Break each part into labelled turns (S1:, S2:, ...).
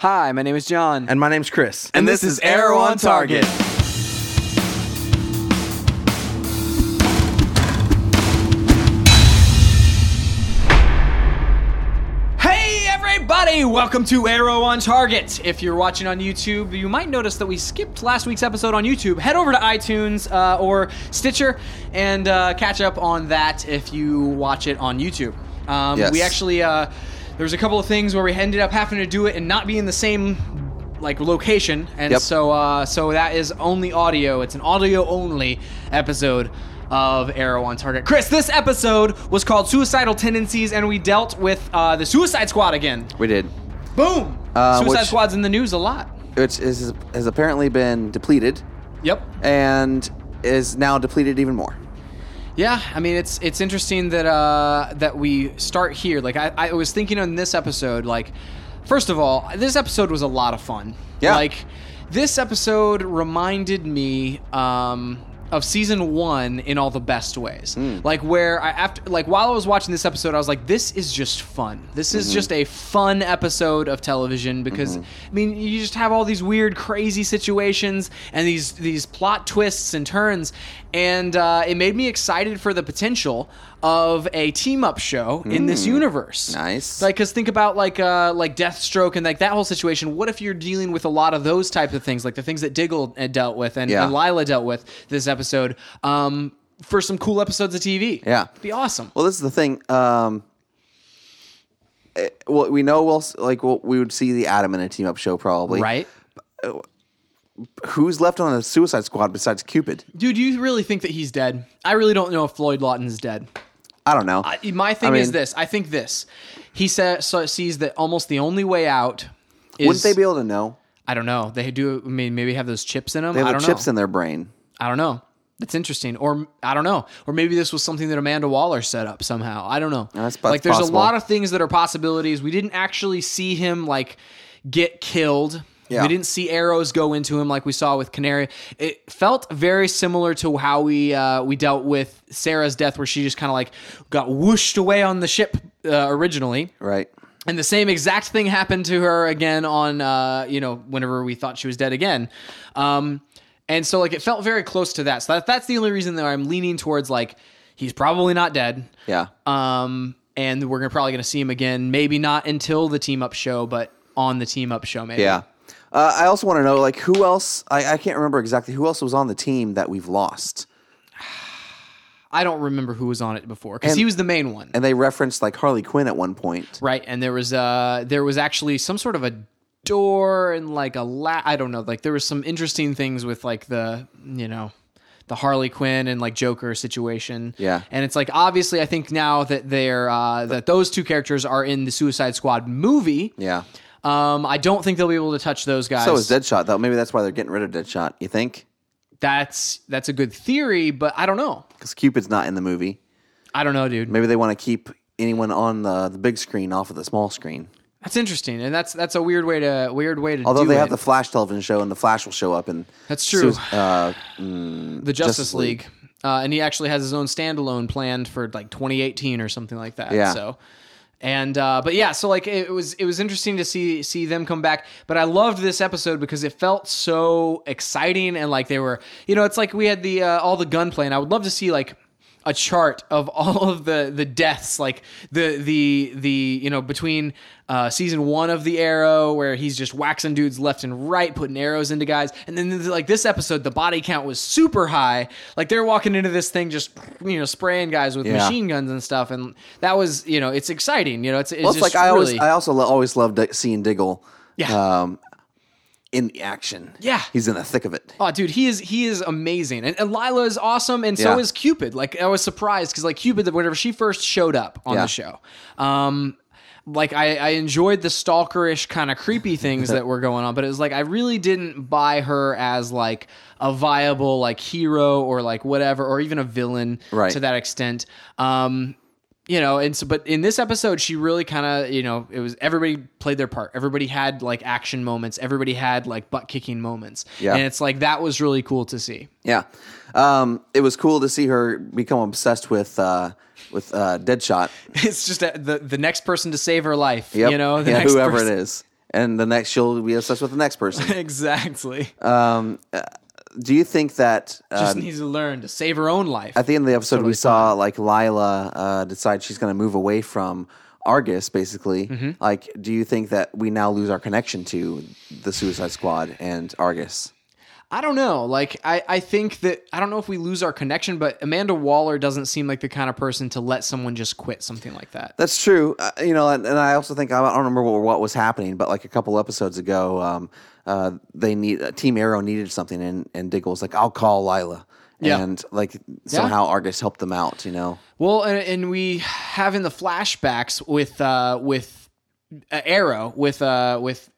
S1: Hi, my name is John.
S2: And my name's Chris.
S1: And this is Arrow on Target. hey, everybody! Welcome to Arrow on Target. If you're watching on YouTube, you might notice that we skipped last week's episode on YouTube. Head over to iTunes uh, or Stitcher and uh, catch up on that if you watch it on YouTube. Um,
S2: Yes.
S1: We actually uh, there was a couple of things where we ended up having to do it and not be in the same like location, and
S2: Yep.
S1: so uh, so that is only audio. It's an audio only episode of Arrow on Target. Chris, this episode was called Suicidal Tendencies, and we dealt with uh, the Suicide Squad again.
S2: We did.
S1: Boom!
S2: Uh,
S1: Suicide
S2: which-
S1: Squad's in the news a lot.
S2: Which is, has apparently been depleted
S1: Yep.
S2: and is now depleted even more.
S1: Yeah, I mean it's it's interesting that uh, that we start here. Like I, I was thinking on this episode, like first of all, this episode was a lot of fun.
S2: Yeah.
S1: Like this episode reminded me um, of season one in all the best ways. Like where I after like while I was watching this episode, I was like, this is just fun. This is just a fun episode of television because I mean you just have all these weird, crazy situations and these these plot twists and turns, and uh, it made me excited for the potential of a team up show in this universe.
S2: Nice.
S1: Like, because think about like uh, like Deathstroke and like that whole situation. What if you're dealing with a lot of those types of things, like the things that Diggle uh, dealt with and,
S2: Yeah.
S1: and Lila dealt with this episode? Um, for some cool episodes of TV,
S2: Yeah.
S1: It'd be awesome.
S2: Well, this is the thing. Um, eh, well, we know we'll s- like we'll, we would see the Adam in a team up show probably.
S1: Right,
S2: Who's left on the Suicide Squad besides Cupid?
S1: dude. You really think that he's dead? I really don't know if Floyd Lawton's dead.
S2: I don't know.
S1: I, my thing is
S2: mean-
S1: this. I think this. He sa- so sees that almost the only way out. Is,
S2: Wouldn't they be able to know?
S1: I don't know. They do. I mean, maybe have those chips in them.
S2: They
S1: I
S2: have the
S1: don't
S2: chips
S1: know.
S2: in their brain.
S1: I don't know. That's interesting. Or I don't know. Or maybe this was something that Amanda Waller set up somehow. I don't know.
S2: That's- that's
S1: like there's
S2: possible.
S1: a lot of things that are possibilities. We didn't actually see him like get killed.
S2: Yeah.
S1: We didn't see arrows go into him like we saw with Canary. It felt very similar to how we uh, we dealt with Sarah's death, where she just kind of like got whooshed away on the ship uh, originally.
S2: Right.
S1: And the same exact thing happened to her again on, uh, you know, whenever we thought she was dead again. Um, and so, like, it felt very close to that. So that, that's the only reason that I'm leaning towards, like, he's probably not dead.
S2: Yeah.
S1: Um, and we're gonna, probably going to see him again. Maybe not until the team up show, but on the team up show, maybe.
S2: Yeah. Uh, I also want to know, like, who else? I, I can't remember exactly who else was on the team that we've lost.
S1: I don't remember who was on it before because
S2: And-
S1: he was the main one.
S2: And they referenced like Harley Quinn at one point.
S1: Right, and there was uh there was actually some sort of a door and like a la- I don't know, like there was some interesting things with like the you know the Harley Quinn and like Joker situation.
S2: Yeah.
S1: and it's like obviously I think now that they're uh, that those two characters are in the Suicide Squad movie.
S2: Yeah.
S1: Um, I don't think they'll be able to touch those guys.
S2: So is Deadshot though. Maybe that's why they're getting rid of Deadshot. You think?
S1: That's that's a good theory, but I don't know.
S2: Because Cupid's not in the movie.
S1: I don't know, dude.
S2: Maybe they want to keep anyone on the, the big screen off of the small screen.
S1: That's interesting, and that's that's a weird way to weird way to.
S2: Although
S1: do
S2: they
S1: it.
S2: have the Flash television show, and the Flash will show up. And
S1: That's true.
S2: uh,
S1: the Justice,
S2: Justice
S1: League, Uh, and he actually has his own standalone planned for like 2018 or something like that.
S2: Yeah.
S1: So, and uh, but yeah, so like it was it was interesting to see see them come back. But I loved this episode because it felt so exciting and like they were you know it's like we had the uh, all the gunplay and I would love to see like a chart of all of the the deaths like the the the you know between uh season 1 of the arrow where he's just waxing dudes left and right putting arrows into guys and then this- like this episode the body count was super high like they're walking into this thing just you know spraying guys with
S2: Yeah.
S1: machine guns and stuff and that was you know it's exciting you know it's, it's,
S2: well, it's
S1: just
S2: like I always,
S1: really
S2: I also lo- always loved seeing Diggle.
S1: Yeah.
S2: Um, in action.
S1: Yeah.
S2: He's in the thick of it.
S1: Oh, dude, he is he is amazing, and, and Lila is awesome, and so
S2: Yeah.
S1: is Cupid. Like I was surprised because like Cupid, whenever she first showed up on
S2: Yeah.
S1: the show, um, like I, I enjoyed the stalkerish kind of creepy things that were going on, but it was like I really didn't buy her as like a viable like hero or like whatever or even a villain
S2: Right.
S1: to that extent. Um, you know, and so but in this episode, she really kind of you know it was everybody played their part. Everybody had like action moments. Everybody had like butt kicking moments.
S2: Yeah.
S1: and it's like that was really cool to see.
S2: Yeah, um, it was cool to see her become obsessed with uh, with uh, Deadshot.
S1: It's just that the the next person to save her life.
S2: Yep.
S1: You know, the
S2: yeah,
S1: next
S2: whoever
S1: person.
S2: it is. and the next she'll be obsessed with the next person.
S1: exactly.
S2: Um, uh, do you think that uh,
S1: Just needs to learn to save her own life.
S2: at the end of the episode we saw like Lila uh, decide she's going to move away from Argus? Basically,
S1: Mm-hmm.
S2: like, do you think that we now lose our connection to the Suicide Squad and Argus?
S1: I don't know. Like, I, I think that I don't know if we lose our connection, but Amanda Waller doesn't seem like the kind of person to let someone just quit something like that.
S2: That's true. Uh, you know, and, and I also think I don't remember what, what was happening, but like a couple episodes ago, um, uh, they need uh, Team Arrow needed something, and and Diggle was like, "I'll call Lila."
S1: Yeah.
S2: And like somehow Argus helped them out, you know.
S1: Well, and, and we have in the flashbacks with uh, with uh, Arrow with uh, with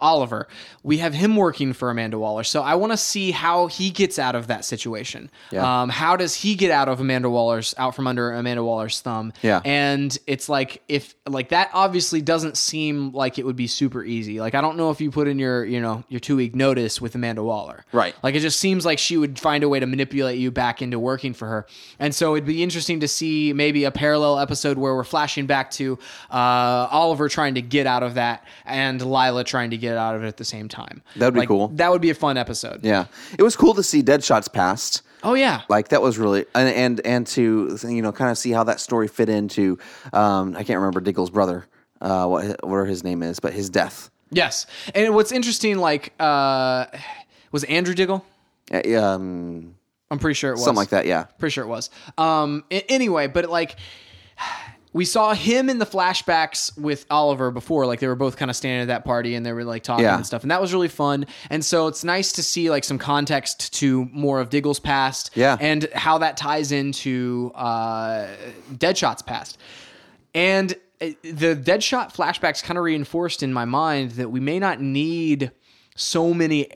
S1: Oliver, we have him working for Amanda Waller. So I want to see how he gets out of that situation.
S2: Yeah.
S1: Um, how does he get out of Amanda Waller's out from under Amanda Waller's thumb?
S2: Yeah.
S1: And it's like if like that obviously doesn't seem like it would be super easy. Like I don't know if you put in your you know your two week notice with Amanda Waller.
S2: Right.
S1: Like it just seems like she would find a way to manipulate you back into working for her. And so it'd be interesting to see maybe a parallel episode where we're flashing back to uh, Oliver trying to get out of that and Lila trying to get out of it at the same time.
S2: That'd be
S1: Like,
S2: cool.
S1: That would be a fun episode.
S2: Yeah, it was cool to see Deadshot's past.
S1: Oh yeah.
S2: Like that was really and and and to you know kind of see how that story fit into. Um, I can't remember Diggle's brother, uh, what what his name is, but his death.
S1: Yes. And what's interesting, like, uh, was it Andrew Diggle?
S2: Uh, Um,
S1: I'm pretty sure it was
S2: something like that. Yeah,
S1: Pretty sure it was. Um, a- anyway, but like we saw him in the flashbacks with Oliver before, like they were both kind of standing at that party and they were like talking
S2: Yeah.
S1: and stuff, and that was really fun. And so it's nice to see like some context to more of Diggle's past,
S2: Yeah.
S1: and how that ties into uh, Deadshot's past. And uh, the Deadshot flashbacks kind of reinforced in my mind that we may not need so many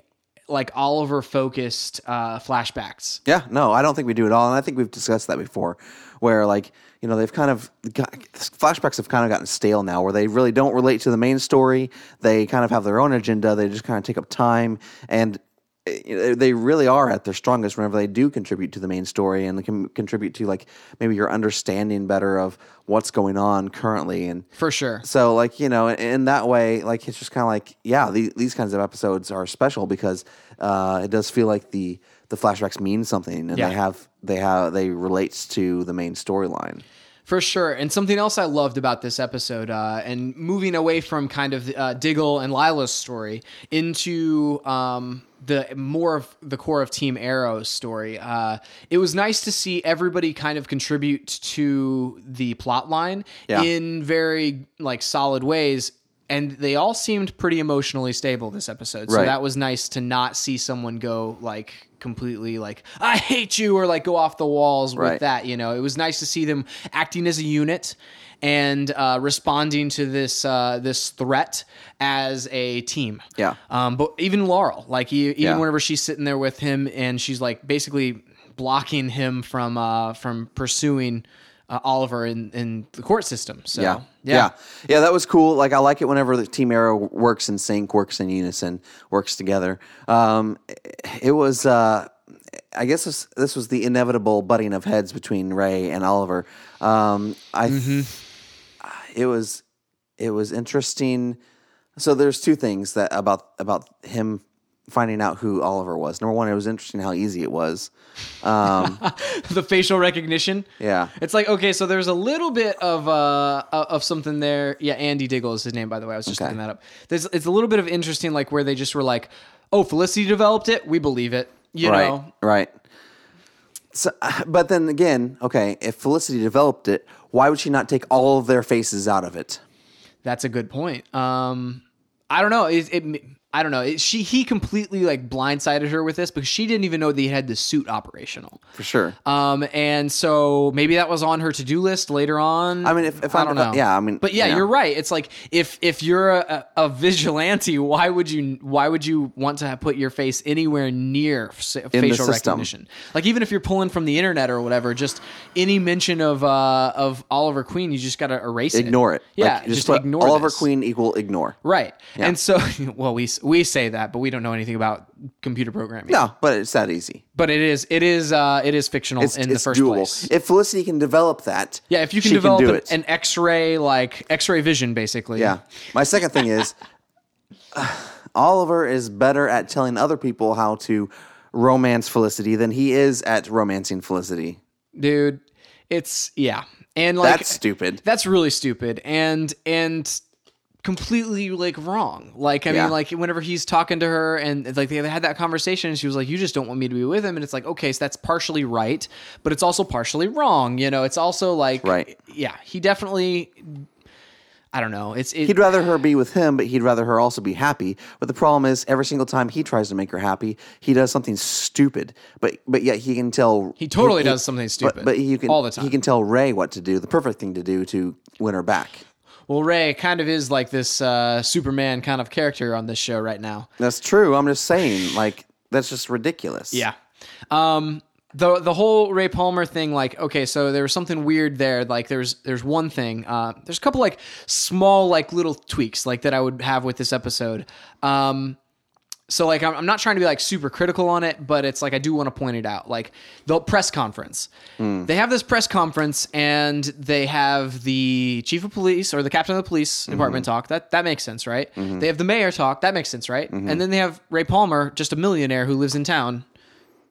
S1: like Oliver focused uh, flashbacks.
S2: Yeah, no, I don't think we do at all, and I think we've discussed that before, where like you know they've kind of got, flashbacks have kind of gotten stale now, where they really don't relate to the main story. They kind of have their own agenda. They just kind of take up time, and eh, they really are at their strongest whenever they do contribute to the main story and can contribute to like maybe your understanding better of what's going on currently and.
S1: For sure.
S2: So like you know, in, in that way, like it's just kind of like yeah, these, these kinds of episodes are special because uh, it does feel like the the flashbacks mean something and
S1: Yeah.
S2: they have they have they relates to the main storyline.
S1: For sure. And something else I loved about this episode, uh, and moving away from kind of uh, Diggle and Lila's story into um, the more of the core of Team Arrow's story, uh, it was nice to see everybody kind of contribute to the plot line
S2: Yeah.
S1: in very like solid ways. And they all seemed pretty emotionally stable this episode. So
S2: Right.
S1: that was nice to not see someone go like completely like, I hate you, or like go off the walls with
S2: Right.
S1: that. You know, it was nice to see them acting as a unit and uh, responding to this uh, this threat as a team.
S2: Yeah.
S1: Um, but even Laurel, like e even
S2: Yeah.
S1: whenever she's sitting there with him and she's like basically blocking him from uh, from pursuing uh, Oliver in, in the court system. So
S2: Yeah. yeah, Yeah, That was cool. Like I like it whenever the Team Arrow works in sync, works in unison, works together. Um, it was. Uh, I guess this, this was the inevitable butting of heads between Ray and Oliver. Um, I it was it was interesting. So there's two things that about about him finding out who Oliver was. Number one, it was interesting how easy it was.
S1: the facial recognition.
S2: Yeah.
S1: It's like okay, so there's a little bit of uh o- of something there. Yeah, Andy Diggle is his name, by the way. I was just
S2: Okay.
S1: looking that up. There's it's a little bit of interesting, like where they just were like, "Oh, Felicity developed it. We believe it." You
S2: right.
S1: know,
S2: Right. So, but then again, okay, if Felicity developed it, why would she not take all of their faces out of it?
S1: that's a good point. Um, I don't know. It, it I don't know. It, she he completely like blindsided her with this because she didn't even know they had the suit operational.
S2: For sure.
S1: Um, and so maybe that was on her to do list later on.
S2: I mean, if- if
S1: I
S2: I-
S1: don't know,
S2: yeah, I mean,
S1: but yeah,
S2: yeah.
S1: you're right. It's like if if you're a, a vigilante, why would you why would you want to have put your face anywhere near s- facial
S2: system.
S1: recognition? Like even if you're pulling from the internet or whatever, just any mention of uh of Oliver Queen, you just got to erase it,
S2: Ignore it.
S1: Yeah,
S2: Like,
S1: just,
S2: put
S1: ignore
S2: Oliver
S1: this.
S2: Queen equal ignore.
S1: Right, and so well we s- we say that, but we don't know anything about computer programming.
S2: No, but it's that easy.
S1: but it is it is uh it is fictional
S2: It's,
S1: in
S2: it's
S1: the first
S2: doable.
S1: place.
S2: If Felicity can develop that,
S1: Yeah, if you can
S2: she
S1: develop
S2: do
S1: an-
S2: it.
S1: an X-ray like X-ray vision, basically.
S2: Yeah. My second thing is Oliver is better at telling other people how to romance Felicity than he is at romancing Felicity.
S1: dude. It's yeah, and like
S2: That's stupid.
S1: that's really stupid and and completely like wrong like i
S2: Yeah.
S1: mean like whenever he's talking to her and like they had that conversation and she was like you just don't want me to be with him and it's like okay so that's partially right but it's also partially wrong you know it's also like
S2: Right.
S1: yeah he definitely i don't know it's it,
S2: He'd rather her be with him, but he'd rather her also be happy. But the problem is, every single time he tries to make her happy, he does something stupid. But but yet he can tell
S1: he totally does something stupid
S2: But, but you can
S1: all the time
S2: He can tell Ray what to do, the perfect thing to do to win her back.
S1: well ray kind of is like this uh superman kind of character on this show right now
S2: That's true. I'm just saying, like that's just ridiculous.
S1: Yeah. Um the the whole Ray Palmer thing like okay so there was something weird there like there's there's one thing uh there's a couple like small like little tweaks like that I would have with this episode. Um so like I'm, I'm not trying to be like super critical on it but it's like i do want to point it out like the press conference
S2: Mm.
S1: they have this press conference and they have the chief of police or the captain of the police
S2: Mm-hmm.
S1: department talk that that makes sense right they have the mayor talk that makes sense right
S2: Mm-hmm.
S1: and then they have ray palmer just a millionaire who lives in town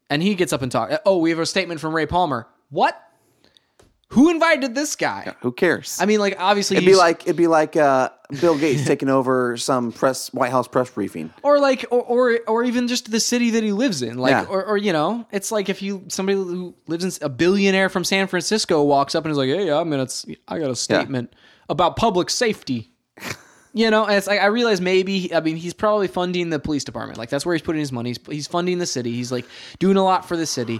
S1: and he gets up and talk oh we have a statement from ray palmer what who invited this guy
S2: Who cares?
S1: i mean like obviously
S2: it'd be like it'd be like uh, Bill Gates taking over some press White House press briefing.
S1: or like or, or or even just the city that he lives in like
S2: Yeah.
S1: or, or you know it's like if you somebody who lives in a billionaire from san francisco walks up and is like hey i'm gonna i got a statement about public safety you know and it's like i realize maybe i mean he's probably funding the police department like that's where he's putting his money he's, he's funding the city he's like doing a lot for the city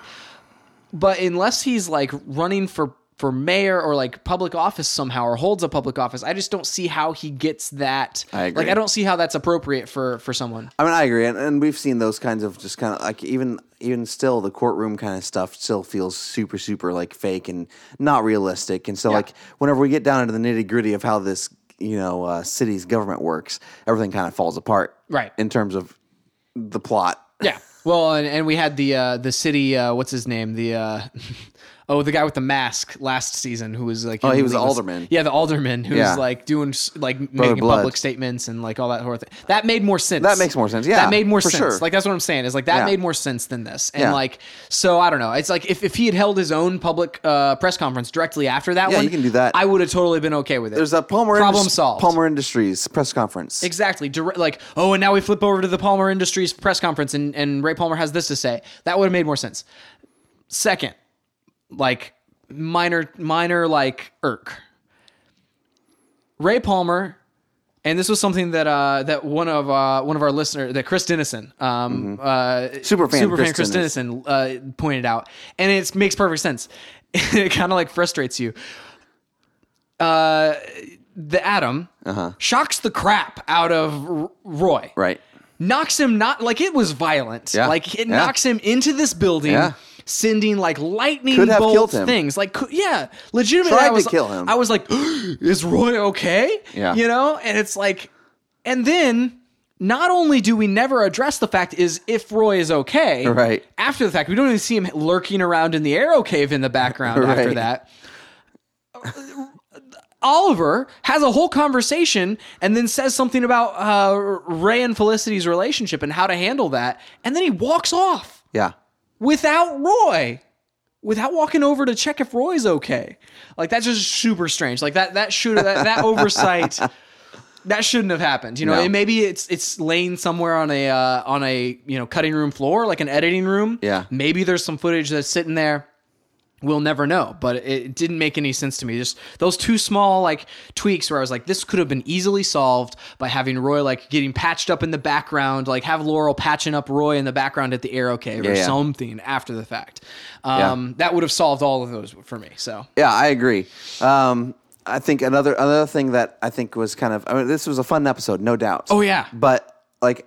S1: but unless he's like running for for mayor or like public office somehow or holds a public office i just don't see how he gets that
S2: I agree.
S1: like i don't see how that's appropriate for for someone
S2: I mean, I agree, and, and we've seen those kinds of just kind of like even even still the courtroom kind of stuff still feels super super like fake and not realistic. And so like whenever we get down into the nitty gritty of how this you know uh, city's government works, everything kind of falls apart,
S1: Right.
S2: In terms of the plot,
S1: Yeah. Well, and, and we had the uh, the city. Uh, what's his name? The uh, oh, the guy with the mask last season who was like oh,
S2: he was the alderman.
S1: Yeah, the alderman who
S2: Yeah.
S1: was like doing s- like making
S2: Blood.
S1: public statements and like all that whole thing. That made more sense.
S2: That makes more sense. Yeah,
S1: that made more
S2: for
S1: sense.
S2: sure.
S1: Like that's what I'm saying is like that
S2: Yeah.
S1: made more sense than this. And
S2: Yeah.
S1: like so, I don't know. It's like if, if he had held his own public uh, press conference directly after that
S2: Yeah,
S1: one,
S2: you can do that.
S1: I would have totally been okay with it.
S2: there's a Palmer
S1: problem
S2: Indus-
S1: solved.
S2: Palmer Industries press conference.
S1: Exactly. Dire- like, oh, and now we flip over to the Palmer Industries press conference, and, and Ray Palmer has this to say. That would have made more sense. Second, like minor, minor, like irk. Ray Palmer, and this was something that uh, that one of uh, one of our listeners, that Chris Dennison, um, uh,
S2: Superfan
S1: Superfan
S2: Chris
S1: Chris Dennison uh, pointed out, and it makes perfect sense. it kind of like frustrates you. Uh, the atom shocks the crap out of R- Roy,
S2: Right.
S1: knocks him not like it was violent,
S2: Yeah.
S1: like it
S2: Yeah.
S1: knocks him into this building.
S2: Yeah.
S1: Sending like lightning
S2: Could have
S1: bolt
S2: killed him.
S1: things, like could- yeah, legitimately.
S2: Tried
S1: I
S2: to
S1: was,
S2: kill him.
S1: I was like, is Roy okay?
S2: Yeah.
S1: you know, and it's like, and then not only do we never address the fact is if Roy is okay,
S2: Right.
S1: After the fact, we don't even see him lurking around in the arrow cave in the background after
S2: Right.
S1: that. Oliver has a whole conversation and then says something about uh, Ray and Felicity's relationship and how to handle that, and then he walks off
S2: Yeah.
S1: without Roy, without walking over to check if Roy's okay. Like that's just super strange. Like that that should that, that oversight that shouldn't have happened. You know,
S2: No.
S1: And maybe it's it's laying somewhere on a uh, on a you know cutting room floor, like an editing room.
S2: Yeah.
S1: maybe there's some footage that's sitting there. We'll never know, but it- it didn't make any sense to me. Just those two small like tweaks where I was like, this could have been easily solved by having Roy like getting patched up in the background, like have Laurel patching up Roy in the background at the arrow cave or
S2: Yeah, yeah.
S1: something after the fact. Um, That would have solved all of those for me. So
S2: Yeah, I agree. Um, I think another another thing that I think was kind of I mean this was a fun episode, no doubt.
S1: Oh, yeah.
S2: But like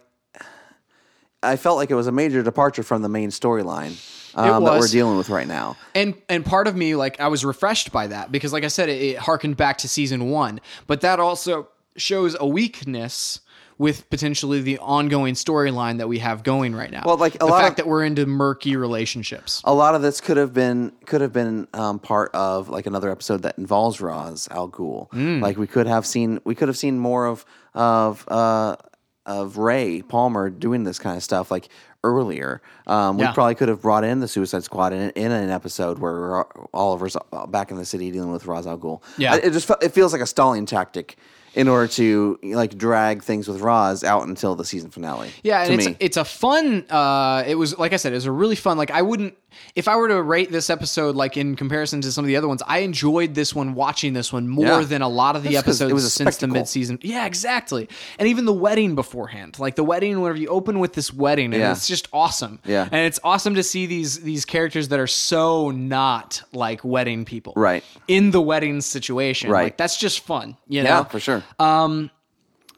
S2: I felt like it was a major departure from the main storyline um, that we're
S1: was.
S2: dealing with right now.
S1: and and part of me like I was refreshed by that because like I said it, it harkened back to season 1 but that also shows a weakness with potentially the ongoing storyline that we have going right now
S2: Well, like, a
S1: the
S2: lot
S1: fact
S2: of-
S1: that we're into murky relationships
S2: A lot of this could have been could have been um, part of like another episode that involves
S1: Mm.
S2: Roz Al Ghul. Like we could have seen we could have seen more of of uh, of Ray Palmer doing this kind of stuff like earlier. Um,
S1: Yeah.
S2: We probably could have brought in the Suicide Squad in, in an episode where Oliver's uh, back in the city dealing with Ra's al Ghul.
S1: Yeah.
S2: I- it just fe- it feels like a stalling tactic in order to like drag things with Ra's out until the season finale.
S1: Yeah,
S2: to
S1: and it's
S2: me.
S1: it's a fun. Uh, it was like I said, it was a really fun. Like I wouldn't if I were to rate this episode like in comparison to some of the other ones. I enjoyed this one, watching this one more
S2: Yeah.
S1: than a lot of the
S2: That's 'cause it
S1: episodes
S2: was a
S1: since the
S2: spectacle.
S1: mid season. Yeah, exactly. And even the wedding beforehand, like the wedding, whenever you open with this wedding, and
S2: Yeah.
S1: it's just awesome.
S2: Yeah.
S1: and it's awesome to see these these characters that are so not like wedding people,
S2: Right.
S1: In the wedding situation,
S2: Right.
S1: Like, that's just fun, you
S2: yeah,
S1: know?
S2: for sure.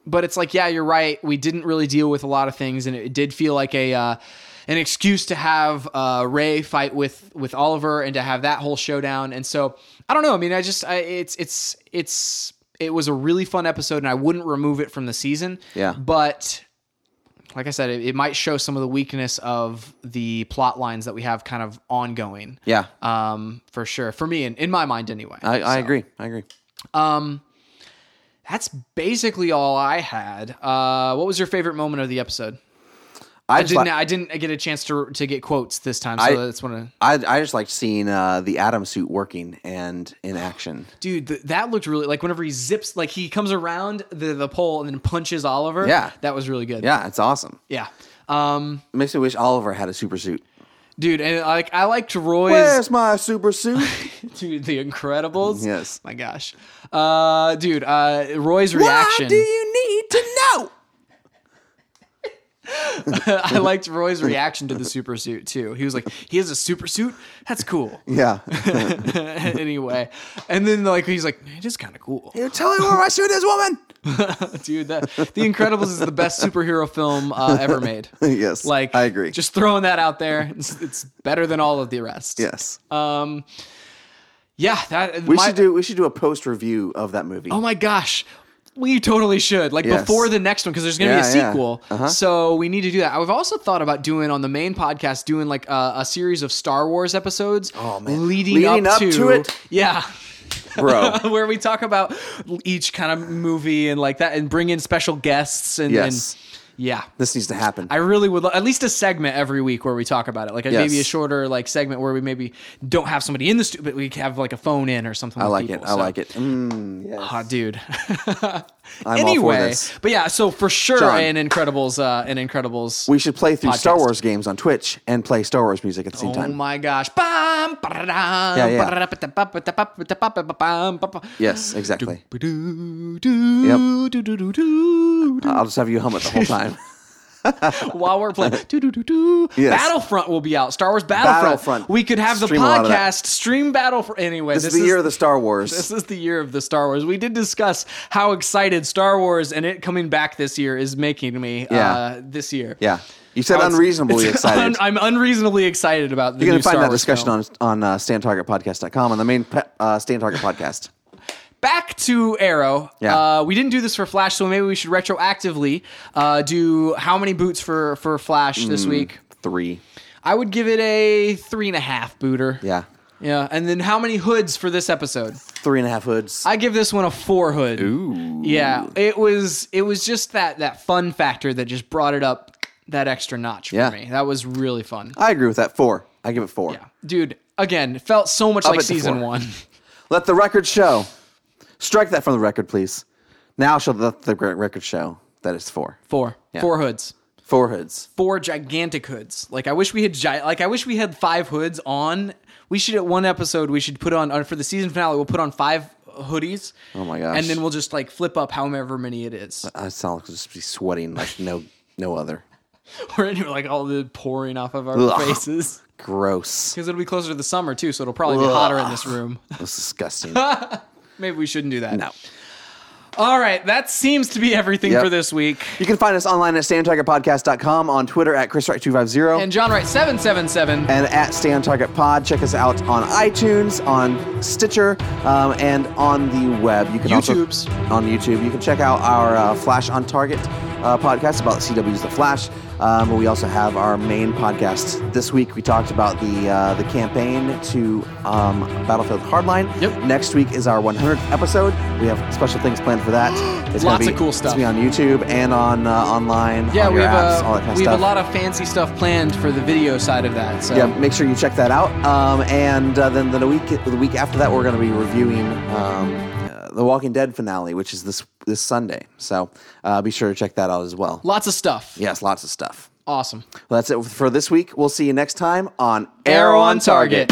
S1: but it's like yeah you're right we didn't really deal with a lot of things and it did feel like a uh, an excuse to have uh, ray fight with with oliver and to have that whole showdown and so i don't know i mean i just I, it's it's it's it was a really fun episode and i wouldn't remove it from the season
S2: Yeah.
S1: but like i said it, it might show some of the weakness of the plot lines that we have kind of ongoing
S2: yeah,
S1: um for sure for me in, in my mind anyway
S2: I, I agree. I agree.
S1: that's basically all i had uh what was your favorite moment of the episode
S2: I,
S1: I
S2: just like-
S1: didn't. I didn't get a chance to to get quotes this time, so
S2: I-
S1: that's one. Of,
S2: I, I just liked seeing uh, the Adam suit working and in action.
S1: dude, th- that looked really like whenever he zips, like he comes around the the pole and then punches Oliver.
S2: Yeah.
S1: that was really good.
S2: Yeah, it's awesome.
S1: yeah. Um,
S2: It makes me wish Oliver had a super suit.
S1: dude, and like I liked Roy's
S2: Where's my super suit?
S1: dude, The Incredibles.
S2: Yes.
S1: my gosh, uh, dude, uh, Roy's
S2: Why
S1: reaction.
S2: do you need to know?
S1: I liked Roy's reaction to the super suit too. He was like, "He has a super suit. That's cool."
S2: Yeah.
S1: anyway, and then like he's like, "It is kind of cool."
S2: you tell me where my suit is, woman.
S1: dude that the incredibles is the best superhero film uh, ever made
S2: Yes,
S1: like
S2: I agree.
S1: just throwing that out there it's, it's better than all of the rest
S2: Yes.
S1: um yeah that
S2: we
S1: my-
S2: should do we should do a post review of that movie.
S1: oh my gosh we totally should like
S2: Yes.
S1: before the next one because there's gonna be a
S2: Yeah, yeah.
S1: sequel
S2: Uh-huh.
S1: so we need to do that i've also thought about doing on the main podcast doing like a, a series of star wars episodes oh
S2: man.
S1: leading,
S2: Leading
S1: up,
S2: up to it. Oh.
S1: yeah
S2: Bro.
S1: where we talk about each kind of movie and like that and bring in special guests and,
S2: Yes.
S1: and yeah
S2: this needs to happen.
S1: I really would lo- at least a segment every week where we talk about it, like a,
S2: Yes.
S1: maybe a shorter like segment where we maybe don't have somebody in the studio, but we have like a phone in or something.
S2: I like it. I like it. Mm, yes.
S1: Hot dude.
S2: for
S1: anyway,
S2: this.
S1: but yeah, so for sure,
S2: John.
S1: an Incredibles, uh, an Incredibles.
S2: We should play through Star
S1: Podcast.
S2: Wars games on Twitch and play Star Wars music at the same
S1: oh
S2: time.
S1: my gosh! Bam,
S2: Yeah, yeah.
S1: Yes,
S2: Yes, exactly.
S1: Yep.
S2: I'll just have you hum it the whole time.
S1: while we're playing. Doo, doo, doo, doo.
S2: Yes.
S1: Battlefront will be out. Star Wars Battlefront.
S2: Battlefront.
S1: We could have the
S2: Stream a lot of that.
S1: podcast stream Battlefront. Anyway,
S2: this, is the year of the Star Wars.
S1: This is the year of the Star Wars. We did discuss how excited Star Wars and it coming back this year is making me.
S2: Yeah.
S1: Uh, this year.
S2: yeah. You said
S1: I was-
S2: unreasonably
S1: it's
S2: excited.
S1: un- I'm unreasonably excited about the new
S2: You're going to find
S1: Star
S2: that
S1: Wars
S2: discussion
S1: film.
S2: on on uh, StanTargetPodcast.com on the main pe- uh, Stan Target podcast.
S1: back to Arrow.
S2: Yeah.
S1: Uh, we didn't do this for Flash, so maybe we should retroactively uh, do how many boots for for Flash
S2: Hmm.
S1: this week.
S2: Three.
S1: I would give it a three and a half booter.
S2: Yeah.
S1: Yeah, and then how many hoods for this episode?
S2: Three and a half hoods.
S1: I give this one a four hood.
S2: Ooh.
S1: Yeah, it was it was just that that fun factor that just brought it up that extra notch for
S2: Yeah.
S1: me. That was really fun.
S2: I agree with that. Four. I give it four.
S1: Yeah, dude. Again, it felt so much like
S2: it to
S1: season
S2: four.
S1: one.
S2: Let the record show. Strike that from the record, please. Now shall let the gre- record show that it's four.
S1: Four,
S2: Yeah.
S1: four hoods,
S2: Four hoods.
S1: four gigantic hoods. Like I wish we had gi- like I wish we had five hoods on. We should at one episode we should put on or for the season finale. We'll put on five hoodies.
S2: Oh my gosh.
S1: And then we'll just like flip up however many it is.
S2: I sound like I'll just be sweating like no no other.
S1: We're in here like all the pouring off of our
S2: Ugh.
S1: faces.
S2: Gross.
S1: Because it'll be closer to the summer too, so it'll probably be
S2: Ugh.
S1: hotter in this room.
S2: That's disgusting.
S1: Maybe we shouldn't do that.
S2: no.
S1: All right, that seems to be everything
S2: Yep.
S1: for this week.
S2: You can find us online at StanTargetPodcast.com, on Twitter at ChrisRight250.
S1: And John Wright seven seven seven.
S2: and at Stay on Target Pod. Check us out on iTunes, on Stitcher, um, and on the web. You can also-
S1: YouTubes.
S2: on YouTube. You can check out our uh, Flash on Target uh, podcast about CW's The Flash. Um, but we also have our main podcast this week. We talked about the uh, the campaign to um, Battlefield Hardline.
S1: Yep.
S2: Next week is our 100th episode. We have special things planned for that. It's gonna
S1: Lots
S2: be,
S1: of cool
S2: It's
S1: stuff.
S2: gonna be on YouTube and on uh, online.
S1: Yeah, uh,
S2: on
S1: we
S2: your apps,
S1: have,
S2: all that
S1: a,
S2: kind of
S1: we
S2: stuff.
S1: have a lot of fancy stuff planned for the video side of that. So
S2: yeah, make sure you check that out. Um, and uh, then the week the week after that, we're going to be reviewing um, uh, the Walking Dead finale, which is this this Sunday. So uh, be sure to check that out as well.
S1: lots of stuff.
S2: Yes, lots of stuff.
S1: Awesome.
S2: Well, that's it for this week. We'll see you next time on
S1: Arrow on target.